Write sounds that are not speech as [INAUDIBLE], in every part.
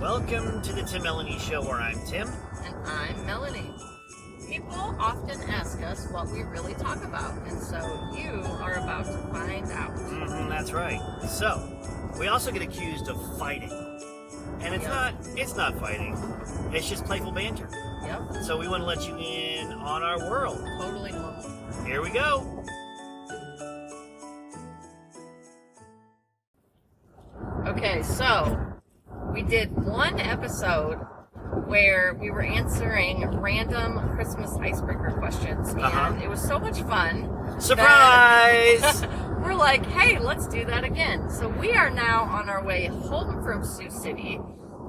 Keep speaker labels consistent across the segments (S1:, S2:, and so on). S1: Welcome to the Tim Melanie Show, where I'm Tim.
S2: And I'm Melanie. People often ask us what we really talk about, and so you are about to find out.
S1: hmm that's right. So, we also get accused of fighting, and it's
S2: Yeah.
S1: not—it's not fighting. It's just playful banter.
S2: Yep,
S1: So we want to let you in on our world.
S2: totally normal.
S1: Here we go.
S2: Okay, so we did one episode where we were answering random Christmas icebreaker questions, and
S1: Uh-huh.
S2: it was so much fun. [LAUGHS]
S1: Surprise!
S2: we're like, hey, let's do that again. So we are now on our way home from Sioux City.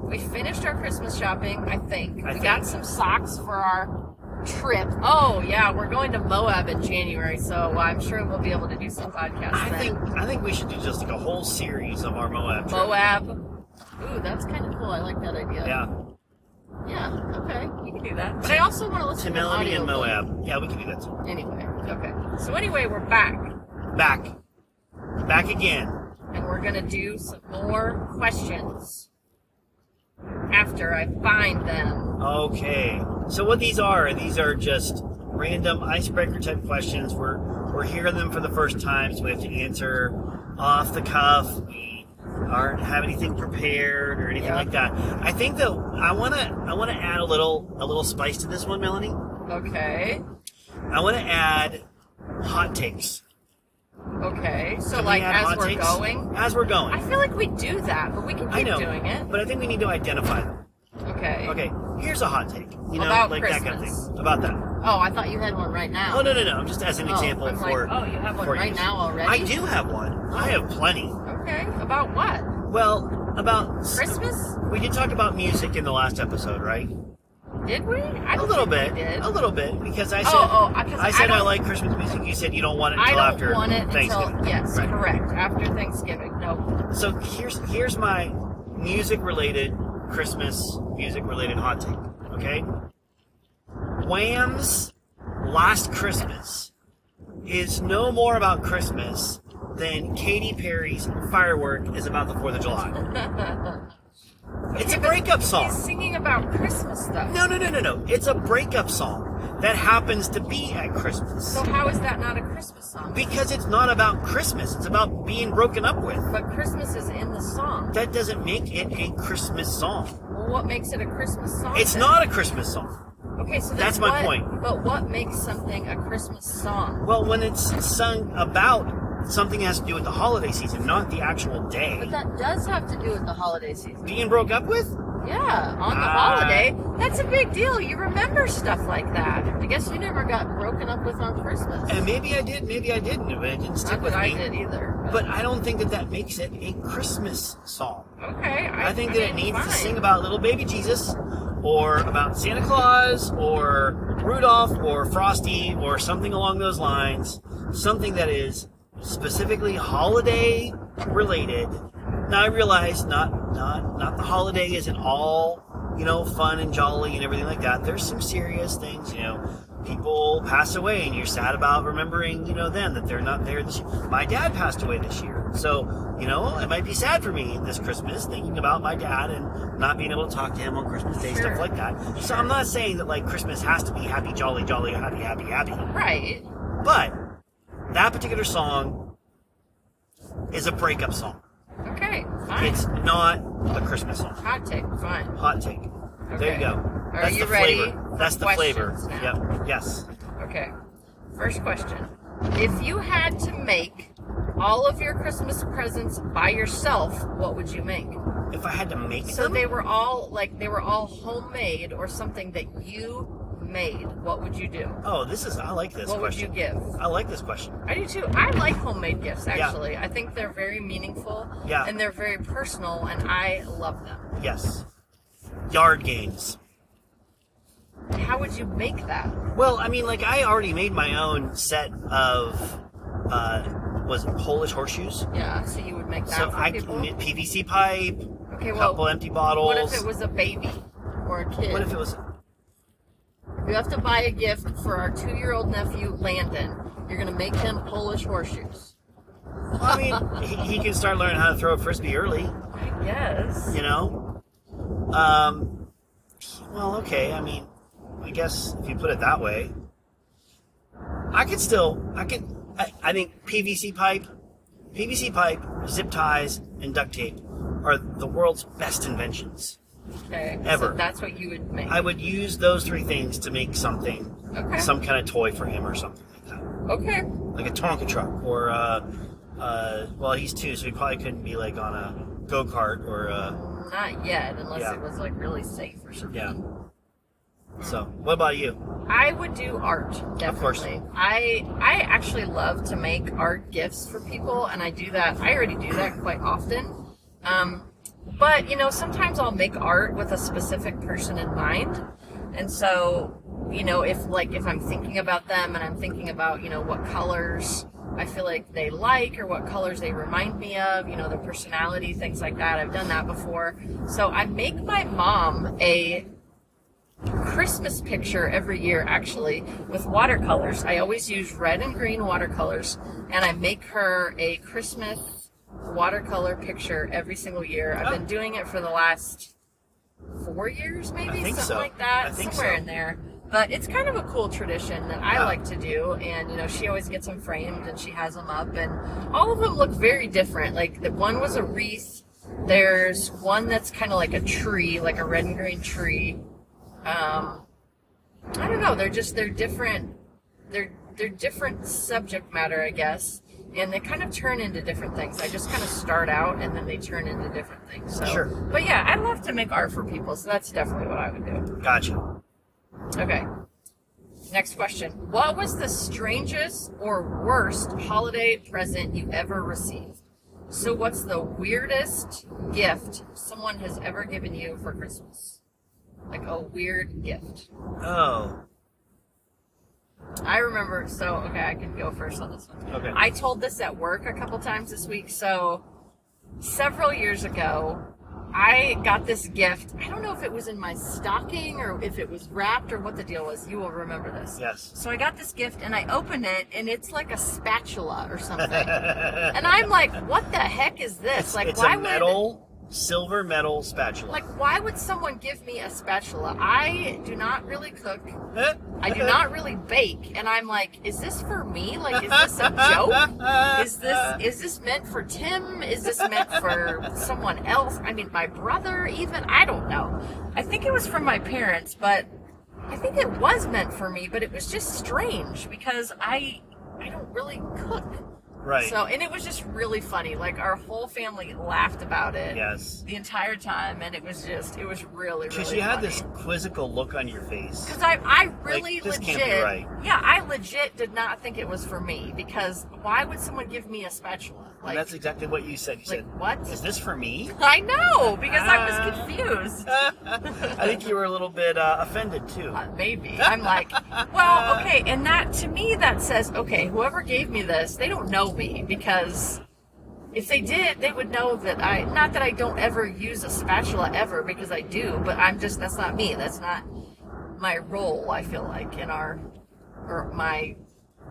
S2: We finished our Christmas shopping, I think. we
S1: I think.
S2: got some socks for our trip. Oh yeah, we're going to Moab in January, so I'm sure we'll be able to do some podcasts.
S1: I
S2: then.
S1: think I think we should do just like a whole series of our Moab. trip.
S2: Moab. Ooh, that's kind of cool. I like that idea.
S1: Yeah,
S2: Yeah. Okay, we can do that. But I also want to listen
S1: Tim
S2: to an
S1: Melanie and
S2: audiobook.
S1: Moab. Yeah, we can do that. Too.
S2: Anyway. Okay. So anyway, we're back.
S1: Back, back again.
S2: and we're gonna do some more questions after I find them.
S1: Okay. So what these are? These are just random icebreaker type questions. We're we're hearing them for the first time, so we have to answer off the cuff. We aren't have anything prepared or anything
S2: Yeah.
S1: like that. I think though I wanna I wanna add a little a little spice to this one, Melanie.
S2: Okay.
S1: I wanna add hot takes.
S2: Okay. So
S1: Can we
S2: like
S1: add
S2: as
S1: hot
S2: we're
S1: takes?
S2: going,
S1: As we're
S2: I
S1: going.
S2: feel like we do that, but we can
S1: I
S2: keep
S1: know.
S2: doing it.
S1: But I think we need to identify them.
S2: Okay.
S1: Okay, here's a hot take. You know,
S2: About
S1: like that kind of
S2: Christmas.
S1: thing. About that.
S2: Oh, I thought you had one right now.
S1: Oh no no no! Just as an
S2: Oh,
S1: example
S2: I'm like,
S1: for
S2: oh, you have one
S1: for
S2: right
S1: use.
S2: now already?
S1: I do have one. I have plenty.
S2: Okay. About what?
S1: Well, about
S2: Christmas?
S1: We did talk about music in the last episode, right?
S2: Did we? I
S1: A
S2: don't
S1: little
S2: think
S1: bit,
S2: We did.
S1: a little bit, because I
S2: Oh,
S1: said
S2: oh, I- 'cause
S1: I said
S2: I
S1: I,
S2: don't-
S1: like Christmas music. You said you don't want it
S2: I
S1: until
S2: don't
S1: after
S2: want it
S1: Thanksgiving.
S2: until yes,
S1: Right.
S2: correct after Thanksgiving. No.
S1: So here's here's my music related Christmas music related hot take. Okay, Wham's "Last Christmas" is no more about Christmas than Katy Perry's "Firework" is about the Fourth of July. It's a breakup
S2: [LAUGHS]
S1: song.
S2: He's singing about Christmas stuff.
S1: No, no, no, no, no. It's a breakup song that happens to be at Christmas
S2: So how is that not a Christmas song?
S1: because it's not about Christmas. It's about being broken up with.
S2: But Christmas is in the song.
S1: That doesn't make it a Christmas song.
S2: Well, what makes it a Christmas song?
S1: It's
S2: then?
S1: not a Christmas song.
S2: Okay, so then
S1: that's my
S2: what-
S1: point.
S2: But what makes something a Christmas song?
S1: Well, when it's sung about something that has to do with the holiday season, not the actual day.
S2: But that does have to do with the holiday season.
S1: Being broke up with?
S2: Yeah, on the
S1: Ah.
S2: holiday, that's a big deal. You remember stuff like that. I guess you never got broken up with on Christmas.
S1: And maybe I did, maybe I didn't. But it didn't stick
S2: not
S1: with
S2: that I
S1: me.
S2: did either.
S1: But I don't think that that makes it a Christmas song.
S2: okay, I,
S1: I think that it
S2: mean,
S1: needs to
S2: fine.
S1: sing about little baby Jesus, or about Santa Claus, or Rudolph, or Frosty, or something along those lines. Something that is specifically holiday related. Now I realize not not not the holiday isn't all you know fun and jolly and everything like that. There's some serious things, you know. People pass away, and you're sad about remembering, you know, then that they're not there. This year. My dad passed away this year, so you know it might be sad for me this Christmas thinking about my dad and not being able to talk to him on Christmas Day,
S2: Sure.
S1: stuff like that. So I'm not saying that like Christmas has to be happy, jolly, jolly, happy, happy, happy.
S2: Right.
S1: But that particular song is a breakup song.
S2: Okay, fine.
S1: It's not a Christmas song.
S2: Hot take, fine.
S1: Hot take. There
S2: Okay.
S1: you go.
S2: Are
S1: That's
S2: you
S1: the
S2: ready
S1: flavor.
S2: for
S1: That's the flavor.
S2: questions now?
S1: Yep. Yes.
S2: Okay. First question. If you had to make all of your Christmas presents by yourself, what would you make?
S1: If I had to make
S2: So
S1: them,
S2: they were all like they were all homemade or something that you made. What would you do?
S1: oh, this is I like this
S2: what
S1: question.
S2: would you give?
S1: I like this question.
S2: I do too. I like homemade gifts actually. I think they're very meaningful
S1: Yeah.
S2: and they're very personal and I love them.
S1: Yes. Yard games.
S2: How would you make that?
S1: Well, I mean, like I already made my own set of uh, was it Polish horseshoes.
S2: Yeah, so you would make that
S1: So
S2: for
S1: I
S2: people.
S1: knit PVC pipe,
S2: okay,
S1: a
S2: well,
S1: couple empty bottles.
S2: what if it was a baby or a kid?
S1: What if it was-
S2: You have to buy a gift for our two-year-old nephew Landon. You're gonna make him Polish horseshoes. [LAUGHS]
S1: Well, I mean, he, he can start learning how to throw a frisbee early.
S2: Yes.
S1: You know, Um, well, okay. I mean, I guess if you put it that way, I could still, I could, I, I think PVC pipe, PVC pipe, zip ties, and duct tape are the world's best inventions.
S2: Okay.
S1: Ever.
S2: So that's what you would make.
S1: I would use those three things to make something,
S2: okay.
S1: some kind of toy for him or something like that.
S2: okay.
S1: like a Tonka truck or uh, uh, well, he's two, so he probably couldn't be like on a go kart or uh,
S2: Not yet, unless
S1: Yeah.
S2: it was like really safe or something.
S1: yeah. So, what about you?
S2: I would do art, definitely.
S1: course.
S2: I I actually love to make art gifts for people, and I do that. I already do that quite often. Um, but you know, sometimes I'll make art with a specific person in mind, and so you know, if like if I'm thinking about them and I'm thinking about you know what colors I feel like they like or what colors they remind me of, you know, their personality, things like that. I've done that before. So I make my mom a Christmas picture every year, actually, with watercolors. I always use red and green watercolors, and I make her a Christmas watercolor picture every single year.
S1: Oh.
S2: I've been doing it for the last four years, maybe
S1: I think
S2: something
S1: so.
S2: like that,
S1: I think
S2: somewhere
S1: so.
S2: in there. But it's kind of a cool tradition that I
S1: Yeah.
S2: like to do, and you know, she always gets them framed and she has them up, and all of them look very different. Like the one was a wreath. There's one that's kind of like a tree, like a red and green tree um, I don't know. They're just they're different. They're they're different subject matter, I guess, and they kind of turn into different things. I just kind of start out, and then they turn into different things. So,
S1: Sure.
S2: But yeah, I love to make art for people, so that's definitely what I would do.
S1: Gotcha.
S2: Okay. Next question: What was the strangest or worst holiday present you ever received? So, what's the weirdest gift someone has ever given you for Christmas? Like a weird gift.
S1: Oh,
S2: I remember. So okay, I can go first on this one.
S1: okay.
S2: I told this at work a couple times this week. So several years ago, I got this gift. I don't know if it was in my stocking or if it was wrapped or what the deal was. You will remember this.
S1: yes.
S2: So I got this gift and I opened it and it's like a spatula or
S1: [LAUGHS]
S2: something. and I'm like, what the heck is this?
S1: it's [LAUGHS]
S2: like
S1: it's
S2: why
S1: a metal, silver metal spatula.
S2: would like why would someone give me a spatula? I do not really cook.
S1: [LAUGHS] Eh?
S2: I do not really bake, and I'm like, is this for me? Like, is this a joke? Is this is this meant for Tim? Is this meant for someone else? I mean, my brother, even I don't know. I think it was from my parents, but I think it was meant for me. But it was just strange because I I don't really cook.
S1: [LAUGHS] right?
S2: So, and it was just really funny. Like our whole family laughed about it
S1: yes.
S2: the entire time, and it was just it was really really.
S1: Because you had
S2: funny.
S1: this quizzical look on your face.
S2: Because I, I really
S1: Like, this
S2: legit,
S1: can't be right.
S2: yeah, I legit did not think it was for me because why would someone give me a spatula? Like,
S1: and that's exactly what you said. You
S2: like
S1: said,
S2: what?
S1: "Is this for
S2: [LAUGHS]
S1: me?"
S2: I know because I
S1: Ah.
S2: was confused.
S1: I think you were a little bit uh, offended too.
S2: Uh, maybe I'm like,
S1: [LAUGHS]
S2: well, okay, and that to me that says, okay, whoever gave me this, they don't know me because if they did, they would know that I not that I don't ever use a spatula ever because I do, but I'm just that's not me. That's not my role. I feel like in our or my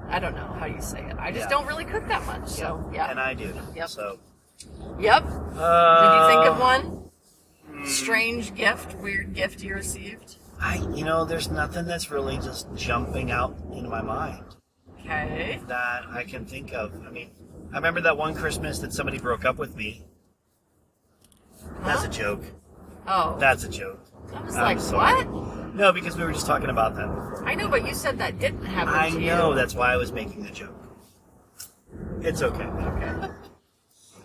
S2: I don't know how you say it. I just
S1: Yeah.
S2: don't really cook that much. So
S1: And
S2: yeah,
S1: I do.
S2: Yep.
S1: So.
S2: yep. Did you
S1: Uh, hmm.
S2: think of one strange gift, weird gift you received?
S1: I, you know, there's nothing that's really just jumping out into my mind
S2: Okay.
S1: that I can think of. I mean, I remember that one Christmas that somebody broke up with me. That's a joke.
S2: Oh.
S1: That's a joke.
S2: I was
S1: I'm
S2: like,
S1: sorry.
S2: what?
S1: No, because we were just talking about that before.
S2: I know, but you said that didn't happen
S1: I
S2: to you.
S1: know that's why I was making the joke. It's okay.
S2: Okay.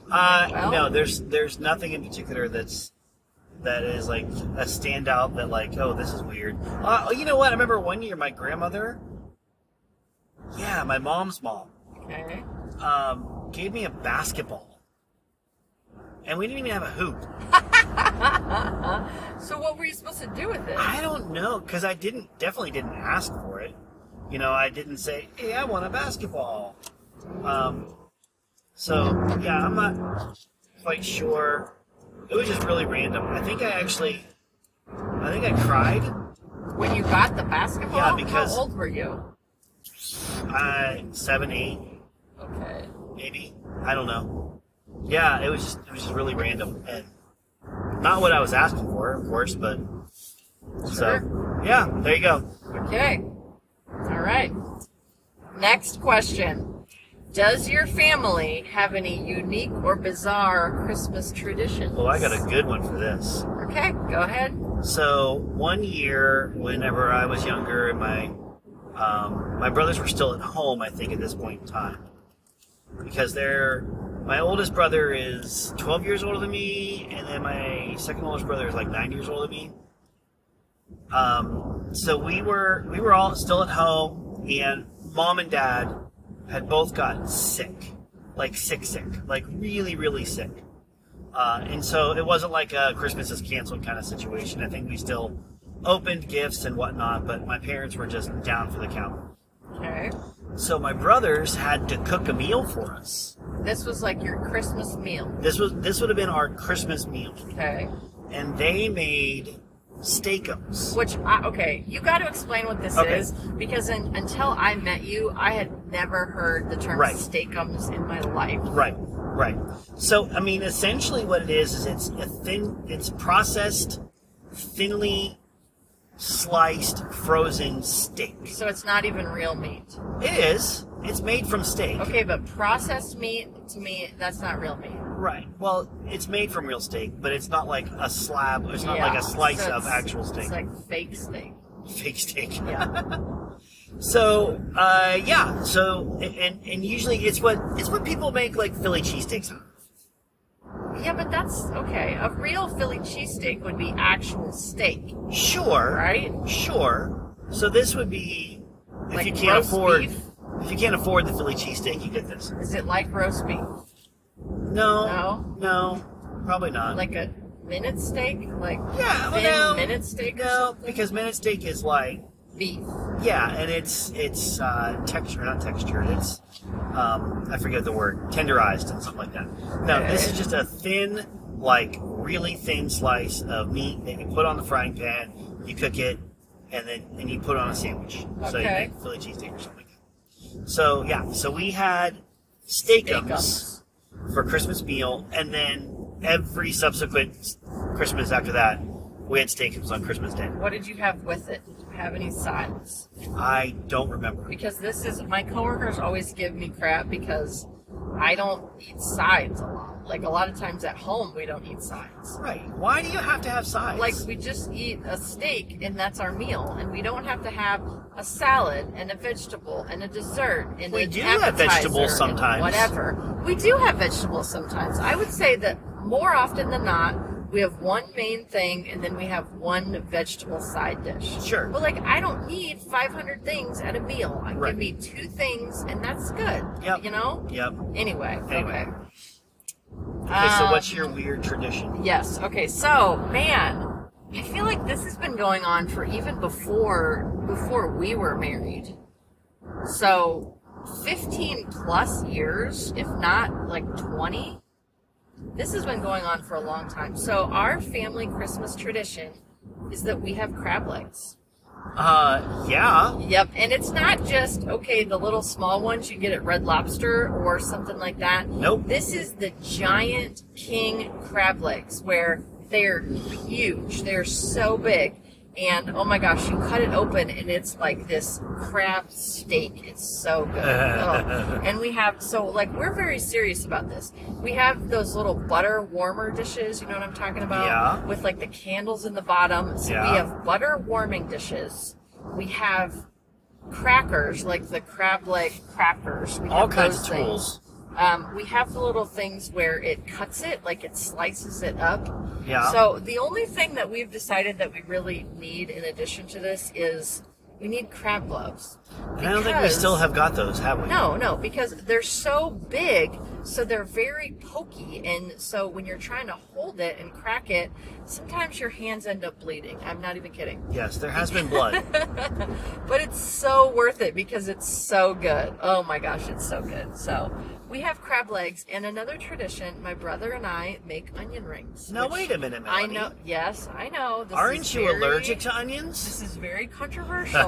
S1: Uh,
S2: Well-
S1: no, there's there's nothing in particular that's that is like a standout that like oh this is weird. Uh, you know what? I remember one year my grandmother, yeah, my mom's mom,
S2: Okay.
S1: um, gave me a basketball, and we didn't even have a hoop.
S2: So what were you supposed to do with it?
S1: I don't know because I didn't definitely didn't ask for it. You know, I didn't say, "Hey, I want a basketball." Um, so yeah, I'm not quite sure. It was just really random. I think I actually, I think I cried.
S2: When you got the basketball?
S1: Yeah, because-
S2: How old were you?
S1: I uh, seven, eight,
S2: Okay.
S1: maybe. I don't know. Yeah, it was just it was just really random, and Not what I was asking for, of course, but so yeah, there you go.
S2: Okay. All right. Next question. Does your family have any unique or bizarre Christmas traditions?
S1: Well, I got a good one for this.
S2: Okay, go ahead.
S1: So one year, whenever I was younger, and my um, my brothers were still at home, I think at this point in time, because they're my oldest brother is 12 years older than me, and then my second oldest brother is like nine years older than me. Um, so we were we were all still at home, and mom and dad had both gotten sick, like sick, sick, like really, really sick. Uh, and so it wasn't like a Christmas is canceled kind of situation. I think we still opened gifts and whatnot, but my parents were just down for the count.
S2: Okay.
S1: So my brothers had to cook a meal for us.
S2: This was like your Christmas meal.
S1: This was this would have been our Christmas meal,
S2: Okay.
S1: and they made steakums.
S2: Which, I, okay, you got to explain what this
S1: Okay.
S2: is because in, until I met you, I had never heard the term
S1: Right.
S2: steakums in my life.
S1: Right, right. So I mean, essentially, what it is is it's a thin, it's processed, thinly sliced frozen steak.
S2: So it's not even real meat.
S1: It is. It's made from steak.
S2: Okay, but processed meat, to me, that's not real meat.
S1: Right. Well, it's made from real steak, but it's not like a slab. It's not
S2: Yeah,
S1: like a slice
S2: so
S1: of
S2: it's-
S1: actual steak.
S2: It's like fake steak.
S1: Fake steak.
S2: Yeah.
S1: [LAUGHS] So, uh, yeah. So, and and usually it's what it's what people make like Philly cheesesteaks. out of.
S2: yeah, but that's okay. A real Philly cheesesteak would be actual steak,
S1: Sure.
S2: right?
S1: Sure. So this would be if
S2: Like
S1: you can't
S2: roast
S1: afford
S2: beef?
S1: if you can't afford the Philly cheesesteak, you get this.
S2: Is it like roast beef?
S1: No.
S2: No?
S1: No. Probably not.
S2: Like a minute steak? Like
S1: yeah.
S2: thin
S1: Well, Oh, no.
S2: minute steak or
S1: no,
S2: something?
S1: because minute steak is like
S2: Beef.
S1: Yeah, and it's it's uh, texture, not texture. It's um, I forget the word, tenderized and stuff like that. No, this is just a thin, like really thin slice of meat that you put on the frying pan. You cook it, and then and you put it on a sandwich. So you
S2: Okay.
S1: make Philly cheesesteak or something like that. So yeah, so we had steakums
S2: Steakums.
S1: for Christmas meal, and then every subsequent Christmas after that, we had steakums on Christmas Day.
S2: What did you have with it? Did you have any sides?
S1: I don't remember.
S2: Because this is my coworkers always give me crap because I don't eat sides a lot. Like a lot of times at home we don't eat sides.
S1: Right. Why do you have to have sides?
S2: Like we just eat a steak and that's our meal, and we don't have to have a salad and a vegetable and a dessert and
S1: We
S2: an
S1: do have
S2: appetizer
S1: vegetables
S2: and
S1: sometimes.
S2: Whatever. We do have vegetables sometimes. I would say that more often than not, we have one main thing and then we have one vegetable side dish.
S1: Sure.
S2: But like I don't need 500 things at a meal. I
S1: Right.
S2: give me two things and that's good.
S1: Yep.
S2: You know.
S1: Yep.
S2: Anyway. Uh,
S1: Anyway.
S2: Okay.
S1: Okay,
S2: Ah.
S1: so what's your weird tradition?
S2: Yes. Okay. So, man, I feel like this has been going on for even before before we were married. So, 15 plus years, if not like 20. This has been going on for a long time. So, our family Christmas tradition is that we have crab legs.
S1: Uh, yeah.
S2: Yep, and it's not just okay, the little small ones you get at Red Lobster or something like that.
S1: Nope.
S2: This is the giant king crab legs where they're huge. They're so big. And oh my gosh, you cut it open and it's like this crab steak. It's
S1: [LAUGHS]
S2: so good. Oh. And we have, so like, we're very serious about this. We have those little butter warmer dishes, you know what I'm talking about?
S1: Yeah.
S2: With like the candles in the bottom. So
S1: Yeah.
S2: we have butter warming dishes. We have crackers, like the crab leg crackers. We
S1: All
S2: have
S1: kinds
S2: those
S1: of
S2: things.
S1: tools.
S2: Um, we have the little things where it cuts it, like it slices it up.
S1: Yeah.
S2: So the only thing that we've decided that we really need in addition to this is we need crab gloves.
S1: and I don't think we
S2: because-
S1: still have got those, have we?
S2: No, no, because they're so big, so they're very pokey, and so when you're trying to hold it and crack it, sometimes your hands end up bleeding. I'm not even kidding.
S1: Yes, there has been
S2: [LAUGHS]
S1: blood.
S2: But it's so worth it because it's so good. Oh my gosh, it's so good. So we have crab legs, and another tradition. My brother and I make onion rings.
S1: now
S2: which
S1: wait a minute,
S2: I
S1: Melanie.
S2: know. Yes, I know. This
S1: Aren't
S2: is
S1: you
S2: very-
S1: allergic to
S2: This
S1: onions?
S2: is very controversial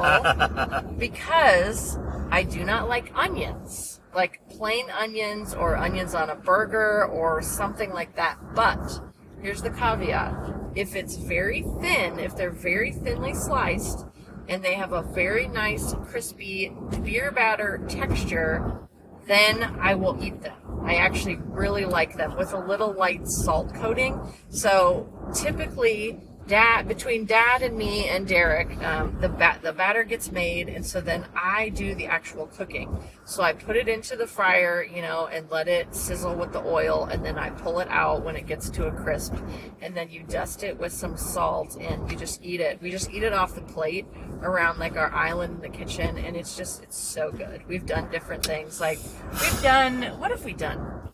S2: because I do not like onions, like plain onions or onions on a burger or something like that. But here's the caveat if it's very thin, if they're very thinly sliced, and they have a very nice, crispy beer batter texture, then I will eat them. I actually really like them with a little light salt coating. So typically, dad between dad and me and Derek, um, the bat the batter gets made, and so then I do the actual cooking. So I put it into the fryer, you know, and let it sizzle with the oil, and then I pull it out when it gets to a crisp, and then you dust it with some salt, and you just eat it. We just eat it off the plate around like our island in the kitchen, and it's just it's so good. We've done different things, like we've done what have we done?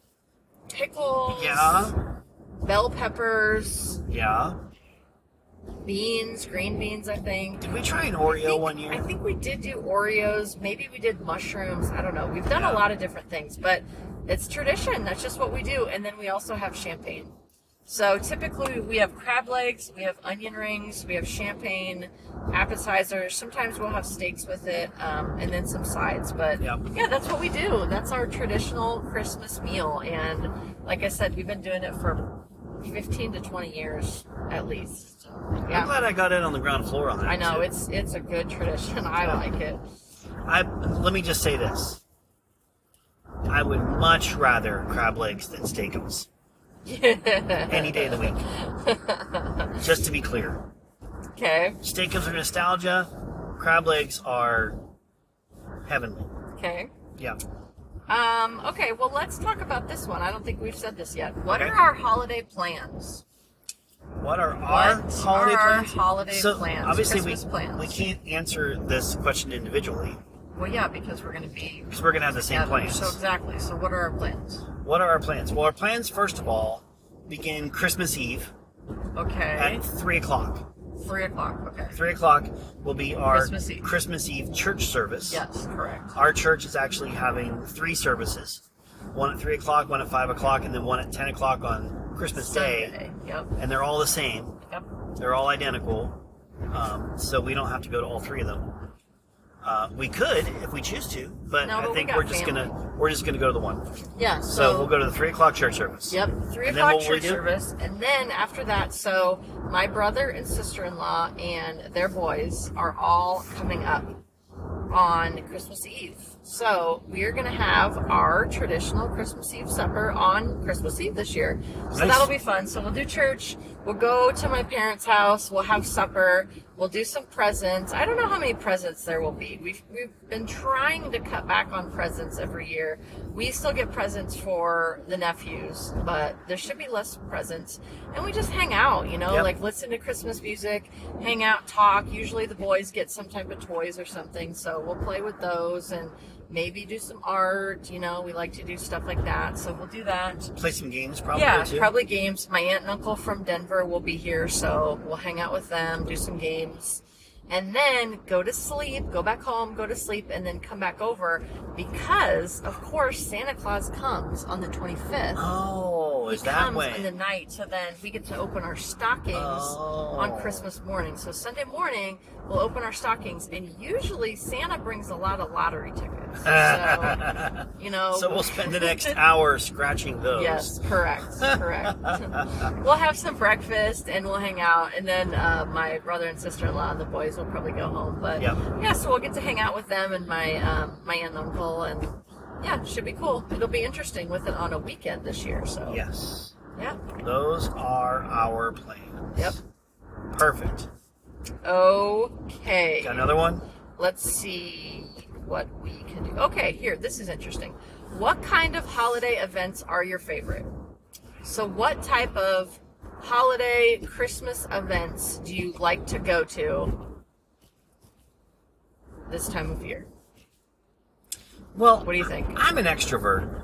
S2: Pickles,
S1: Yeah.
S2: bell peppers,
S1: Yeah.
S2: beans, green beans, I think.
S1: Did we try an
S2: I
S1: Oreo
S2: think-
S1: one
S2: I
S1: year?
S2: think we did do Oreos. Maybe we did mushrooms. I don't know. We've done
S1: Yeah.
S2: a lot of different things, but it's tradition. That's just what we do. And then we also have champagne. So typically we have crab legs, we have onion rings, we have champagne, appetizers. Sometimes we'll have steaks with it, um, and then some sides. But
S1: Yep.
S2: yeah, that's what we do. That's our traditional Christmas meal. And like I said, we've been doing it for 15 to 20 years at least. So, yeah.
S1: I'm glad I got in on the ground floor on that.
S2: I know
S1: too.
S2: it's it's a good tradition. [LAUGHS] I like it.
S1: I let me just say this. I would much rather crab legs than steakums any day of the week.
S2: [LAUGHS]
S1: just to be clear,
S2: Okay.
S1: steakums are nostalgia. Crab legs are heavenly.
S2: Okay.
S1: Yeah.
S2: Um, okay. Well, let's talk about this one. I don't think we've said this yet. What
S1: Okay.
S2: are our holiday plans?
S1: What are our
S2: What
S1: holiday
S2: are our
S1: plans?
S2: holiday
S1: so
S2: plans,
S1: obviously we
S2: Christmas plans?
S1: we can't answer this question individually
S2: Well, yeah, because we're going to be
S1: because we're gonna have the same
S2: together.
S1: plans.
S2: So exactly. So what are our plans?
S1: What are our plans? Well, our plans first of all begin Christmas Eve
S2: Okay.
S1: at three o'clock.
S2: Three o'clock. Okay.
S1: Three o'clock will be our
S2: Christmas Eve.
S1: Christmas Eve church service.
S2: Yes. Correct.
S1: Our church is actually having three services one at 3 o'clock, one at 5 o'clock, and then one at 10 o'clock on Christmas Day.
S2: Sunday. Yep.
S1: And they're all the same,
S2: Yep.
S1: they're all identical. Um, so we don't have to go to all three of them. Uh, we could if we choose to, but
S2: No,
S1: I
S2: but we
S1: think
S2: got
S1: are just
S2: family.
S1: gonna we're just gonna go to the one.
S2: Yeah. So,
S1: So, we'll go to the three o'clock church service.
S2: Yep, three
S1: And then
S2: o'clock
S1: what will we
S2: church
S1: do?
S2: service, and then after that, so my brother and sister-in-law and their boys are all coming up on Christmas Eve. So we're gonna have our traditional Christmas Eve supper on Christmas Eve this year. So
S1: Nice.
S2: that'll be fun. So we'll do church. We'll go to my parents' house. We'll have supper. We'll do some presents. I don't know how many presents there will be. We've we've been trying to cut back on presents every year. We still get presents for the nephews, but there should be less presents. And we just hang out, you know,
S1: Yep.
S2: like listen to Christmas music, hang out, talk. Usually the boys get some type of toys or something, so we'll play with those and maybe do some art. You know, we like to do stuff like that, so we'll do that.
S1: Play some games probably
S2: yeah,
S1: too.
S2: probably games. My aunt and uncle from Denver will be here, so we'll hang out with them, do some games, and then go to sleep, go back home, go to sleep, and then come back over because, of course, Santa Claus comes on the 25th.
S1: Oh,
S2: He
S1: is that
S2: comes
S1: way?
S2: in the night, so then we get to open our stockings
S1: Oh.
S2: on Christmas morning. So Sunday morning, we'll open our stockings, and usually Santa brings a lot of lottery
S1: [LAUGHS]
S2: tickets. So, you know,
S1: so we'll spend the
S2: [LAUGHS]
S1: next hour scratching those.
S2: Yes, correct, correct. we'll have some breakfast and we'll hang out, and then uh, my brother and sister in law and the boys will probably go home. But
S1: Yep.
S2: yeah, so we'll get to hang out with them and my um, my aunt and uncle, and yeah, should be cool. It'll be interesting with it on a weekend this year. So
S1: Yes.
S2: yeah,
S1: Those are our plans.
S2: yep.
S1: Perfect.
S2: Okay.
S1: Got another one?
S2: Let's see what we can do. Okay, here, this is interesting. What kind of holiday events are your favorite? So, what type of holiday Christmas events do you like to go to this time of year?
S1: Well,
S2: What do you think? Mm-hmm.
S1: I'm an extrovert,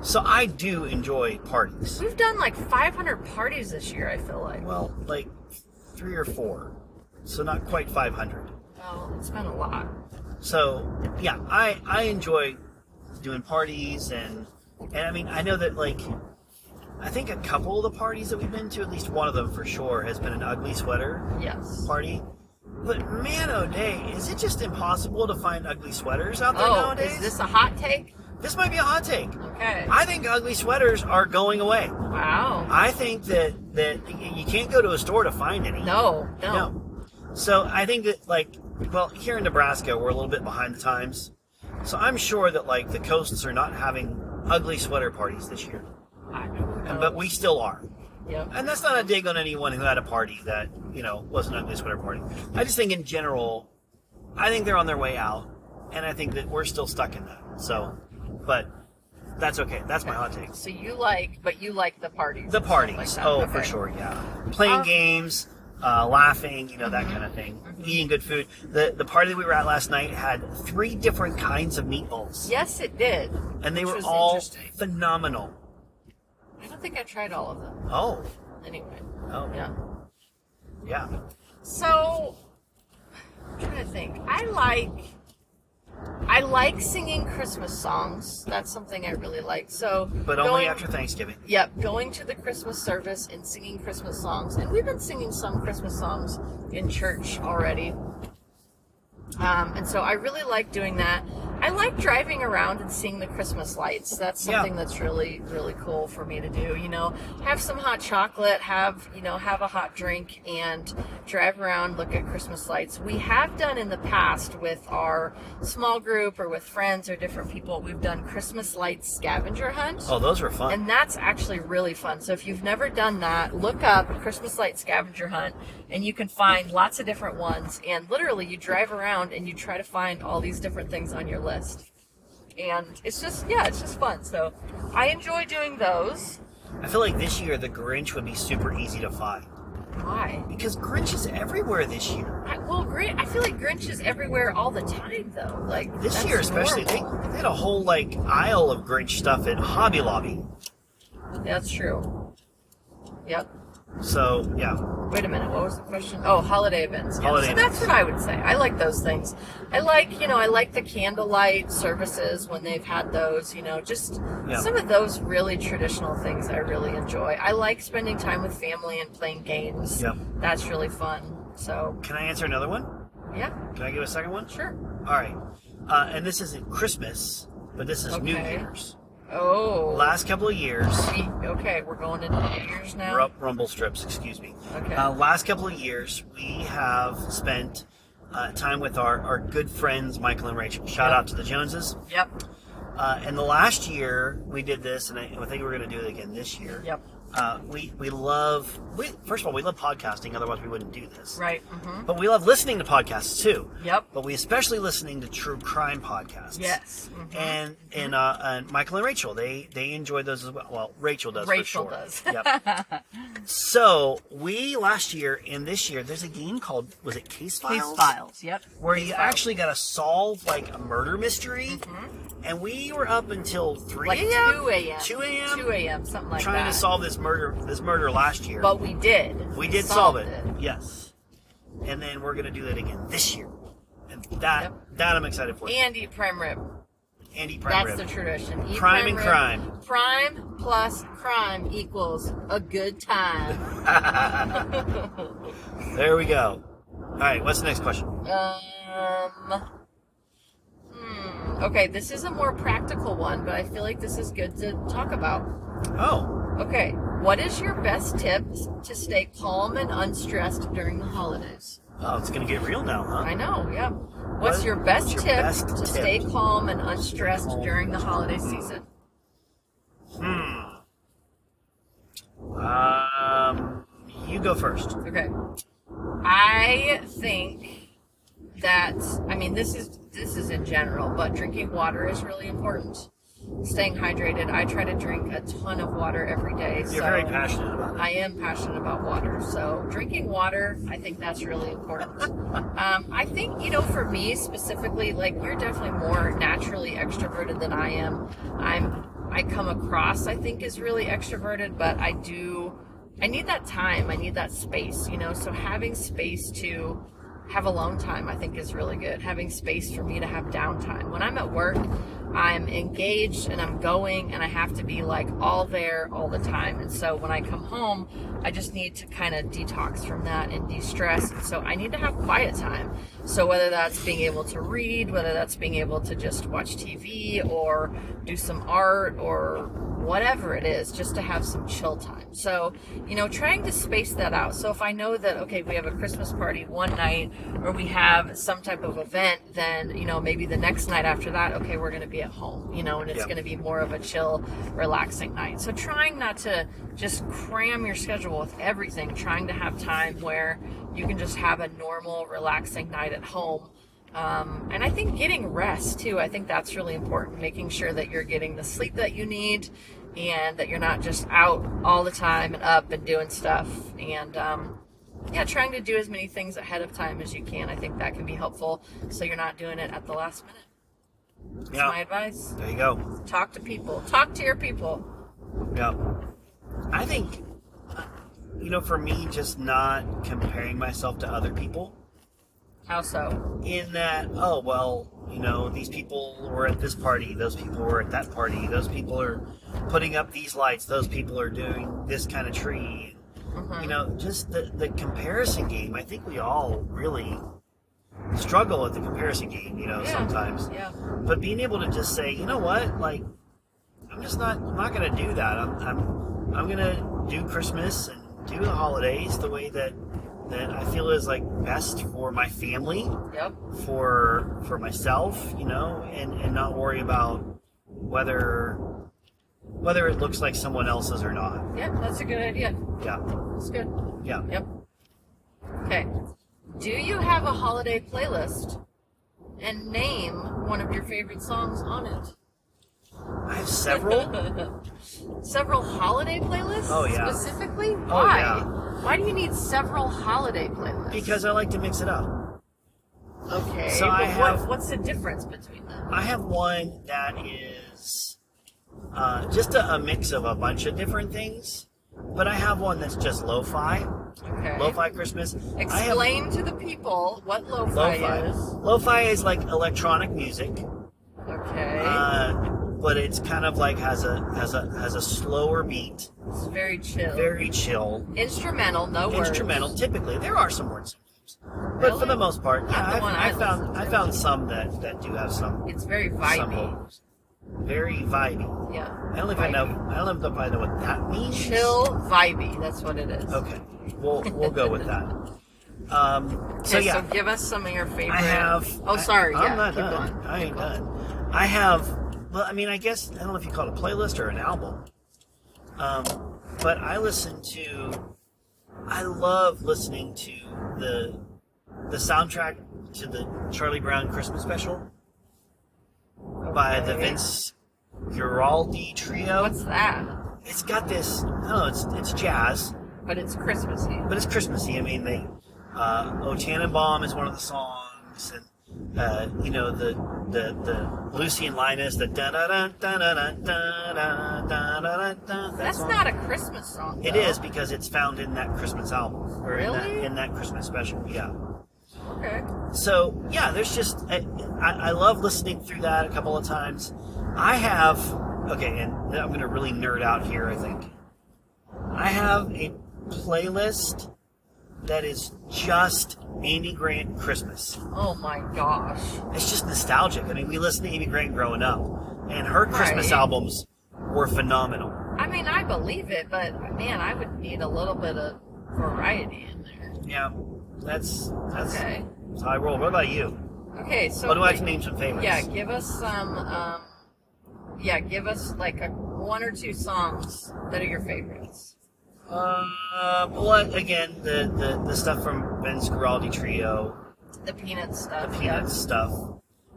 S1: so I do enjoy parties.
S2: We've done like 500 parties this year, I feel like.
S1: Well, like three or four, so not quite 500.
S2: Well, it's been a lot.
S1: So yeah, I I enjoy doing parties and and I mean I know that like I think a couple of the parties that we've been to, at least one of them for sure, has been an ugly sweater.
S2: Yes.
S1: party. But man, oh day, is it just impossible to find ugly sweaters out there
S2: Oh,
S1: nowadays?
S2: is this a hot take?
S1: This might be a hot take.
S2: Okay.
S1: I think ugly sweaters are going away.
S2: Wow.
S1: I think that that y- you can't go to a store to find any.
S2: No, no.
S1: No. So I think that like well here in Nebraska we're a little bit behind the times. So I'm sure that like the coasts are not having ugly sweater parties this year,
S2: I don't know.
S1: but we still are.
S2: Yep.
S1: And that's not a dig on anyone who had a party that you know was an ugly sweater party. I just think in general, I think they're on their way out, and I think that we're still stuck in that. So, but that's okay. That's my hot takes.
S2: So you like, but you like the parties.
S1: The
S2: and stuff
S1: parties,
S2: like that.
S1: oh for
S2: Okay.
S1: sure, yeah. Playing
S2: Um,
S1: games, uh, laughing, you know that
S2: Mm-hmm.
S1: kind of thing. Eating good food. The the party that we were at last night had three different kinds of meatballs,
S2: Yes, it did.
S1: and they were
S2: which was
S1: all
S2: interesting.
S1: phenomenal.
S2: I don't think I tried all of them.
S1: Oh,
S2: Anyway.
S1: oh yeah,
S2: Yeah.
S1: yeah.
S2: So I'm trying to think. I like I like singing Christmas songs. That's something I really like. So
S1: But only
S2: going-
S1: after Thanksgiving.
S2: Yep, going to the Christmas service and singing Christmas songs. And we've been singing some Christmas songs in church already. Um, and so I really like doing that. I like driving around and seeing the Christmas lights. That's
S1: Yeah.
S2: something that's really, really cool for me to do. You know, have some hot chocolate, have, you know, have a hot drink and drive around, look at Christmas lights. We have done in the past with our small group or with friends or different people, we've done Christmas lights scavenger hunts.
S1: Oh, those were fun.
S2: And that's actually really fun. So if you've never done that, look up Christmas light scavenger hunt and you can find lots of different ones. And literally you drive around and you try to find all these different things on your list. And it's just, yeah, it's just fun. So I enjoy doing those.
S1: I feel like this year the Grinch would be super easy to find
S2: Why?
S1: because Grinch is everywhere this year.
S2: I, well, Grinch, I feel like Grinch is everywhere all the time though. Like
S1: This
S2: that's
S1: year, especially, they,
S2: normal.
S1: they had a whole like aisle of Grinch stuff at Hobby Lobby.
S2: That's true. Yep.
S1: So yeah,
S2: Wait a minute, what was the question? Oh, holiday events. Yeah,
S1: Holiday
S2: so that's what I would say. I like those things. I like, you know, I like the candlelight services when they've had those, you know, just
S1: Yeah.
S2: some of those really traditional things I really enjoy. I like spending time with family and playing games.
S1: Yeah.
S2: That's really fun. So,
S1: can I answer another one?
S2: yeah,
S1: Can I give a second one?
S2: sure.
S1: All right, uh, and this isn't Christmas, but this is New
S2: Okay.
S1: Year's.
S2: Oh.
S1: Last couple of years,
S2: we- okay, we're going into New Year's now.
S1: ru- rumble strips. Excuse me.
S2: Okay.
S1: Uh, last couple of years, we have spent uh, time with our, our good friends Michael and Rachel. Shout
S2: Yeah.
S1: out to the Joneses.
S2: Yep.
S1: Uh, and the last year we did this, and I, I think we're going to do it again this year.
S2: Yep.
S1: Uh, we we love. We, first of all, we love podcasting. Otherwise, we wouldn't do this.
S2: Right. hmm
S1: But we love listening to podcasts too.
S2: Yep.
S1: But we especially listening to true crime podcasts.
S2: Yes. Mhm.
S1: And and uh, and Michael and Rachel, they they enjoy those as well. Well, Rachel does.
S2: Rachel
S1: for sure.
S2: does.
S1: Yep.
S2: [LAUGHS]
S1: so we last year and this year, there's a game called was it Case Files?
S2: Case files. Yep.
S1: where you actually got to solve like a murder mystery. And we were up until three
S2: Mm-hmm. Like
S1: a.m.
S2: 2 a.m.
S1: 2 a.m.
S2: 2 a.m. Something like
S1: trying
S2: that.
S1: to solve this murder this murder last year.
S2: But we did.
S1: we did solve
S2: solved
S1: it. Yes. And then we're gonna do that again this year. And that
S2: Yep.
S1: that I'm excited for.
S2: And eat prime rib.
S1: Andy Prime
S2: That's the tradition. Eat
S1: Prime and
S2: rib.
S1: crime.
S2: Prime plus crime equals a
S1: [LAUGHS]
S2: good time.
S1: There we go. All right, what's the next question?
S2: Um. hmm, Okay, this is a more practical one, but I feel like this is good to talk about.
S1: Oh,
S2: Okay, what is your best tip to stay calm and unstressed during the holidays?
S1: oh, it's gonna get real now, huh?
S2: I know, yeah. What's
S1: What-
S2: your best
S1: what's your
S2: tip
S1: best
S2: to
S1: tip?
S2: stay calm and unstressed
S1: Calm.
S2: during the holiday season?
S1: Hmm. Um, you go first.
S2: Okay. I think that I mean this is this is in general, but drinking water is really important. Staying hydrated. I try to drink a ton of water every day.
S1: You're
S2: so
S1: very passionate about it.
S2: I am passionate about water. So drinking water, I think that's really important. um, I think, you know, for me specifically, like you're definitely more naturally extroverted than I am. I'm I come across, I think, as really extroverted, but I do I need that time. I need that space, you know. So having space to have alone time, I think, is really good. Having space for me to have downtime. When I'm at work, I'm engaged and I'm going and I have to be like all there all the time. And so when I come home, I just need to kind of detox from that and de stress. And so I need to have quiet time. So whether that's being able to read, whether that's being able to just watch TV or do some art or whatever it is, just to have some chill time. So, you know, trying to space that out. So if I know that, okay, we have a Christmas party one night or we have some type of event, then, you know, maybe the next night after that, okay, we're going to be at home, you know, and it's
S1: Yep.
S2: going to be more of a chill, relaxing night. So trying not to just cram your schedule with everything, trying to have time where you can just have a normal, relaxing night at home. Um, and I think getting rest too, I think that's really important, making sure that you're getting the sleep that you need and that you're not just out all the time and up and doing stuff. And um, yeah, trying to do as many things ahead of time as you can. I think that can be helpful so you're not doing it at the last minute. That's
S1: Yeah.
S2: my advice.
S1: There you go.
S2: Talk to people, talk to your people.
S1: Yeah. I think, you know, for me, just not comparing myself to other people
S2: How so?
S1: in that, oh, well, you know, these people were at this party, those people were at that party, those people are putting up these lights, those people are doing this kind of tree.
S2: Mhm.
S1: You know, just the, the comparison game. I think we all really struggle at the comparison game, you know,
S2: Yeah.
S1: sometimes
S2: Yeah.
S1: but being able to just say, you know what, like, I'm just not, I'm not gonna do that. I'm, I'm, I'm gonna do Christmas and do the holidays the way that that I feel is like best for my family,
S2: Yep.
S1: for for myself, you know, and and not worry about whether whether it looks like someone else's or not.
S2: Yeah, that's a good idea.
S1: Yeah,
S2: That's good.
S1: yeah.
S2: Yep. Okay. Do you have a holiday playlist? And name one of your favorite songs on it.
S1: I have
S2: [LAUGHS]
S1: several.
S2: several holiday playlists?
S1: Oh, yeah.
S2: Specifically? Why?
S1: yeah.
S2: Why do you need several holiday playlists?
S1: Because I like to mix it up.
S2: Okay.
S1: So
S2: but
S1: I
S2: what,
S1: have-
S2: what's the difference between them?
S1: I have one that is uh, just a, a mix of a bunch of different things, but I have one that's just lo-fi,
S2: Okay.
S1: lo-fi Christmas. I have
S2: Explain to the people what lo-fi,
S1: lo-fi.
S2: is.
S1: Lo-fi is like electronic music,
S2: Okay.
S1: uh, but it's kind of like has a has a has a slower beat,
S2: it's very chill.
S1: very chill,
S2: instrumental, no words.
S1: instrumental. Typically, there are some words, but for
S2: Really?
S1: the most part,
S2: Not the
S1: yeah,
S2: one
S1: I, I
S2: I
S1: found
S2: listen
S1: I
S2: to.
S1: found some that that do have some
S2: It's very
S1: some
S2: vibey.
S1: vocals. very vibey.
S2: Yeah.
S1: I don't know if I
S2: Vibey.
S1: know. I don't know if I know what that means.
S2: Chill vibey. That's what it is.
S1: Okay, we'll we'll go with that. Um, so
S2: Okay,
S1: yeah,
S2: so give us some of your favorite.
S1: I have.
S2: Oh,
S1: I-
S2: sorry.
S1: I'm
S2: yeah,
S1: not
S2: keep
S1: done.
S2: going.
S1: I
S2: Keep
S1: ain't
S2: going.
S1: done. I have. Well, I mean, I guess I don't know if you call it a playlist or an album. Um, but I listen to. I love listening to the the soundtrack to the Charlie Brown Christmas Special by the
S2: Okay.
S1: Vince Guaraldi Trio.
S2: What's that?
S1: it's got this. I don't know. It's it's jazz.
S2: But it's Christmassy.
S1: but it's Christmassy. I mean, they uh, "O Tannenbaum" is one of the songs, and uh, you know the the the Lucy and Linus, the da da da da da da da da da da da.
S2: That's not a Christmas song.
S1: It
S2: though.
S1: is because it's found in that Christmas album or in that
S2: Really?
S1: in that Christmas special. Yeah.
S2: Okay.
S1: So yeah, there's just I, I, I love listening through that a couple of times. I have okay, and I'm going to really nerd out here. I think I have a playlist that is just Amy Grant Christmas.
S2: Oh my gosh.
S1: It's just nostalgic. I mean, we listened to Amy Grant growing up, and her Christmas
S2: Right.
S1: albums were phenomenal.
S2: I mean, I believe it, but man, I would need a little bit of variety in there.
S1: Yeah, that's that's
S2: Okay.
S1: how I roll. What about you?
S2: Okay. So.
S1: What do I have to name some favorites?
S2: Yeah. Give us some. Um, yeah. Give us like a one or two songs that are your favorites.
S1: Uh, well, again, the, the, the stuff from Vince Guaraldi Trio,
S2: The Peanuts
S1: the
S2: stuff. yeah.
S1: Peanuts stuff.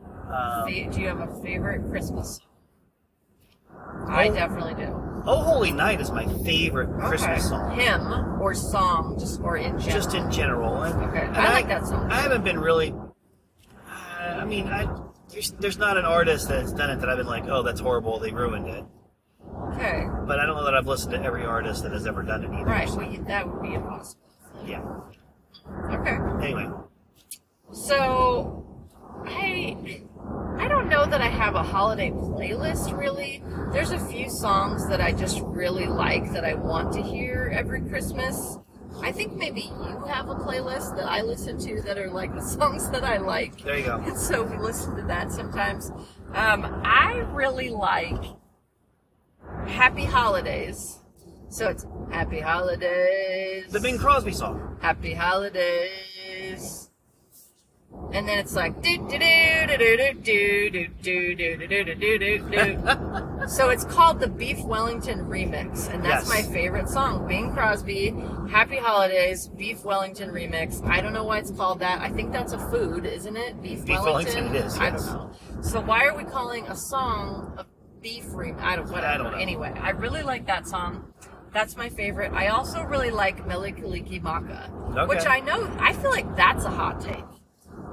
S1: Um,
S2: Fa- Do you have a favorite Christmas song? I
S1: Oh.
S2: definitely do.
S1: oh Holy Night is my favorite
S2: Okay.
S1: Christmas song,
S2: Him or song, just or in general.
S1: just in general. And,
S2: Okay,
S1: and
S2: I like that song.
S1: I haven't been really. Uh, I mean, I there's, there's not an artist that's done it that I've been like, oh, that's horrible, they ruined it.
S2: okay,
S1: But I don't know that I've listened to every artist that has ever done it either.
S2: right.
S1: so-
S2: Well, you, that would be impossible.
S1: yeah.
S2: Okay.
S1: Anyway,
S2: So, I I don't don't know that I have a holiday playlist really. There's a few songs that I just really like that I want to hear every Christmas. I think maybe you have a playlist that I listen to that are like the [LAUGHS] songs that I like.
S1: There you go.
S2: And so we listen to that sometimes. Um, I really like Happy Holidays. So it's Happy Holidays.
S1: The Bing Crosby song.
S2: Happy Holidays. And then it's like do do do do do do do do do do do do do do do. So it's called the Beef Wellington remix, and
S1: Yes.
S2: that's my favorite song. Bing Crosby, Happy Holidays, Beef Wellington remix. I don't know why it's called that. I think that's a food, isn't it? Beef,
S1: Beef Wellington, it is,
S2: I
S1: yes.
S2: don't know. So why are we calling a song a beef remix? I don't. Whatever.
S1: I don't know.
S2: Anyway, I really like that song. That's my favorite. I also really like Melikaliki Maka,
S1: Okay.
S2: which I know. I feel like that's a hot take.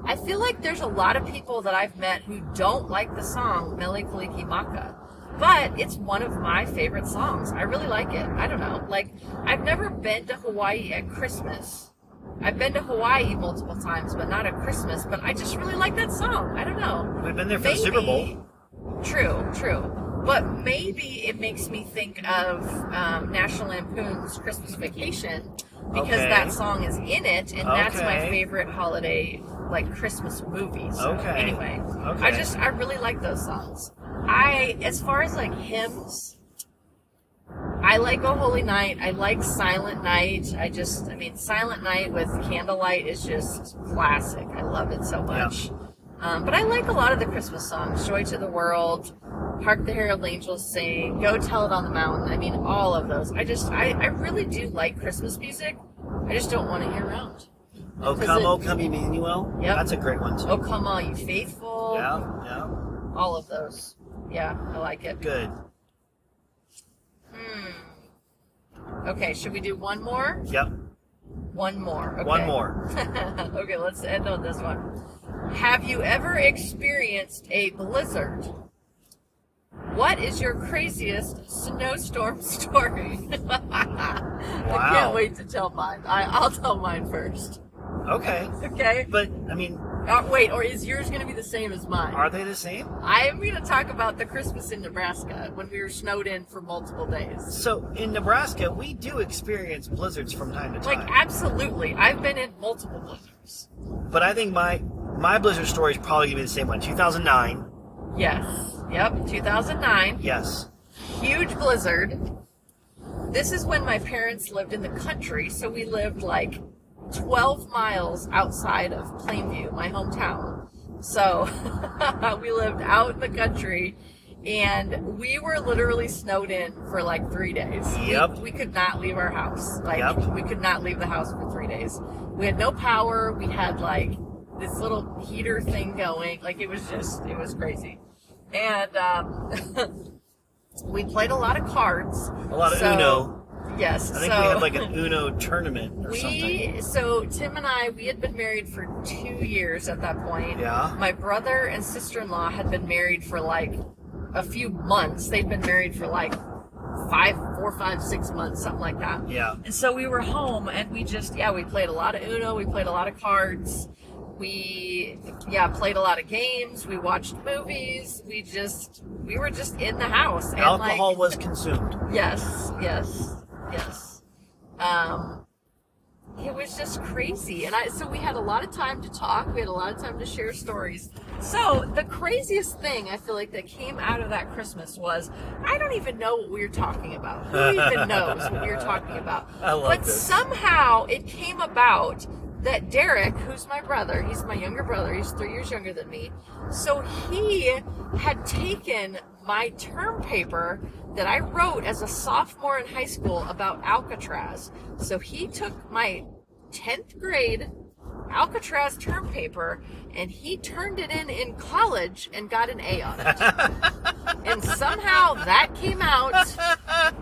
S2: I feel like there's a lot of people that I've met who don't like the song Melikaliki Maka, but it's one of my favorite songs. I really like it. I don't know. Like I've never been to Hawaii at Christmas. I've been to Hawaii multiple times, but not at Christmas. But I just really like that song. I don't know.
S1: We've been there for the Super Bowl.
S2: True, true. But maybe it makes me think of um, National Lampoon's Christmas Vacation because
S1: Okay.
S2: that song is in it, and that's my
S1: Okay.
S2: favorite holiday, like Christmas movie. So
S1: Okay.
S2: anyway, I
S1: Okay.
S2: just I really like those songs. I as far as like hymns, I like O Holy Night. I like Silent Night. I just, I mean, Silent Night with candlelight is just classic. I love it so much. Um, but I like a lot of the Christmas songs Joy to the World, Hark the Herald Angels Sing, Go Tell It on the Mountain. I mean, all of those. I just, I, I really do like Christmas music. I just don't want it year round.
S1: Oh
S2: Because
S1: come,
S2: it-
S1: oh come, Emmanuel.
S2: Yep.
S1: That's a great one too.
S2: Oh, come all you faithful.
S1: Yeah, yeah.
S2: All of those. Yeah, I like it.
S1: Good.
S2: Hmm. Okay, should we do one more?
S1: Yep.
S2: One more. Okay.
S1: One more.
S2: [LAUGHS] okay, let's end on this one. Have you ever experienced a blizzard? What is your craziest snowstorm [LAUGHS] story? I
S1: Wow.
S2: can't wait to tell mine. I, I'll tell mine first.
S1: Okay.
S2: Okay?
S1: But I mean,
S2: Uh, wait, or is yours going to be the same as mine?
S1: are they the same?
S2: I'm going to talk about the Christmas in Nebraska when we were snowed in for multiple days.
S1: So in Nebraska, we do experience blizzards from time to
S2: Like,
S1: time.
S2: absolutely. I've been in multiple blizzards.
S1: but I think my my blizzard story is probably gonna be the same one. 2009.
S2: Yes. Yep, 2009.
S1: Yes.
S2: huge blizzard. This is when my parents lived in the country, so we lived like 12 miles outside of Plainview, my hometown. So [LAUGHS] we lived out in the country and we were literally snowed in for like three days. We-
S1: Yep.
S2: We, could not leave our house. Like,
S1: Yep.
S2: we could not leave the house for three days. We had no power. We had like this little heater thing going. Like, it was just, it was crazy. And, um, [LAUGHS] we played a lot of cards.
S1: A lot of
S2: So-
S1: Uno.
S2: Yes.
S1: I think
S2: so
S1: we had like an Uno tournament or something.
S2: we so Tim and I we had been married for two years at that point.
S1: Yeah.
S2: My brother and sister in law had been married for like a few months. They'd been married for like five, four, five, six months, something like that.
S1: Yeah.
S2: And so we were home and we just, yeah, we played a lot of Uno, we played a lot of cards, we, yeah, played a lot of games, we watched movies, we just, we were just in the house. And
S1: Alcohol
S2: like,
S1: was consumed.
S2: Yes, yes, yes. Um, it was just crazy, and I so we had a lot of time to talk. We had a lot of time to share stories. So the craziest thing I feel like that came out of that Christmas was I don't even know what we were talking about. Who
S1: [LAUGHS]
S2: even knows what we were talking about?
S1: I love
S2: but
S1: this.
S2: somehow it came about that Derek, who's my brother, he's my younger brother, he's three years younger than me. So he had taken my term paper that I wrote as a sophomore in high school about Alcatraz. So he took my 10th grade Alcatraz term paper and he turned it in in college and got an A on it.
S1: [LAUGHS]
S2: and somehow that came out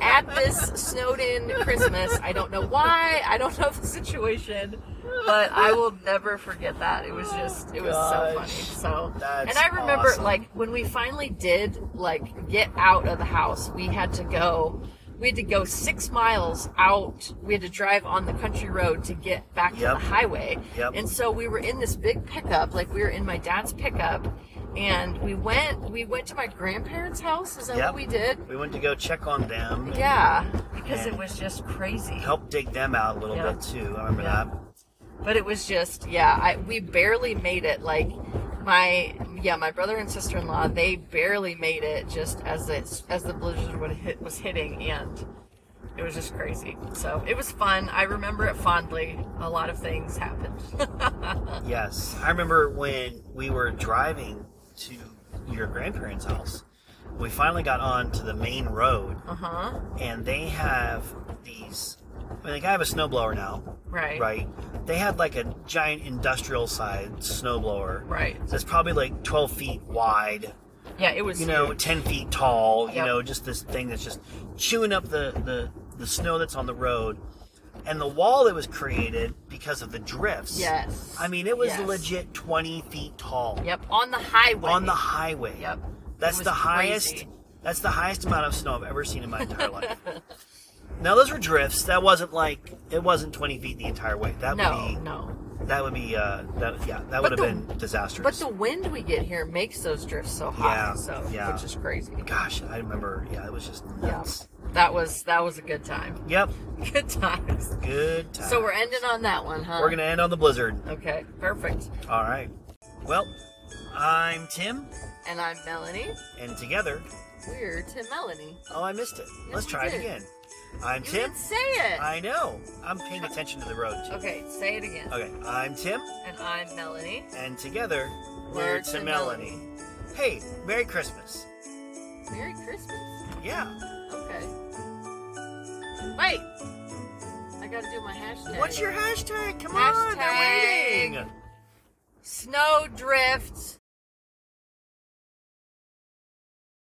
S2: at this snowed in Christmas. I don't know why. I don't know the situation, but I will never forget that. It was just, it was so funny.
S1: Oh Gosh.
S2: So,
S1: That's
S2: and I remember
S1: awesome.
S2: like when we finally did like get out of the house, we had to go. We had to go six miles out. We had to drive on the country road to get back to
S1: Yep.
S2: the highway.
S1: Yep.
S2: And so we were in this big pickup, like we were in my dad's pickup, and we went we went to my grandparents' house. Is that
S1: Yep.
S2: what we did?
S1: We went to go check on them. and
S2: Yeah, because
S1: And-
S2: it was just crazy.
S1: Help dig them out a little
S2: Yeah.
S1: bit too. I remember
S2: Yeah.
S1: that.
S2: But it was just yeah, I, we barely made it. Like my yeah, my brother and sister in law they barely made it just as it as the blizzard would hit was hitting and. It was just crazy. So it was fun. I remember it fondly. A lot of things happened.
S1: Yes, I remember when we were driving to your grandparents' house. We finally got on to the main road,
S2: uh huh.
S1: and they have these. I mean, like I have a snowblower now,
S2: Right.
S1: right? They had like a giant industrial side snowblower
S2: Right.
S1: that's probably like twelve feet wide,
S2: Yeah, it was.
S1: you know, ten feet tall. You
S2: Yep.
S1: know, just this thing that's just chewing up the the the snow that's on the road, and the wall that was created because of the drifts.
S2: Yes.
S1: I mean, it was
S2: Yes.
S1: legit 20 feet tall.
S2: Yep, on the highway.
S1: On the highway.
S2: Yep.
S1: That's
S2: It was
S1: the highest.
S2: crazy.
S1: That's the highest amount of snow I've ever seen in my entire life.
S2: [LAUGHS]
S1: Now those were drifts. That wasn't like it wasn't 20 feet the entire way. That
S2: No,
S1: would be
S2: no.
S1: that would be uh that yeah that would have
S2: the-
S1: been disastrous.
S2: But the wind we get here makes those drifts so hot.
S1: Yeah,
S2: So
S1: yeah.
S2: which is crazy.
S1: gosh, I remember. Yeah, it was just
S2: Yeah.
S1: nuts.
S2: That was that was a good time. [LAUGHS]
S1: Yep.
S2: Good times.
S1: Good time.
S2: So we're ending on that one, huh?
S1: we're gonna end on the blizzard.
S2: Okay, perfect.
S1: All right. Well, I'm Tim,
S2: And I'm Melanie.
S1: and together.
S2: We're Tim Melanie.
S1: Oh, I missed it. Let's
S2: you
S1: try it
S2: did.
S1: again. I'm
S2: You
S1: Tim.
S2: didn't say it.
S1: I know. I'm paying attention to the road. Too.
S2: Okay, say it again.
S1: Okay, I'm Tim,
S2: And I'm Melanie.
S1: and together we're
S2: We're
S1: Tim
S2: Tim
S1: Melanie. Hey, Merry Christmas!
S2: Merry Christmas.
S1: Yeah,
S2: Okay. Wait. I gotta do my hashtag.
S1: what's your hashtag? Come on, I'm
S2: Hashtag.
S1: waiting.
S2: Snow drift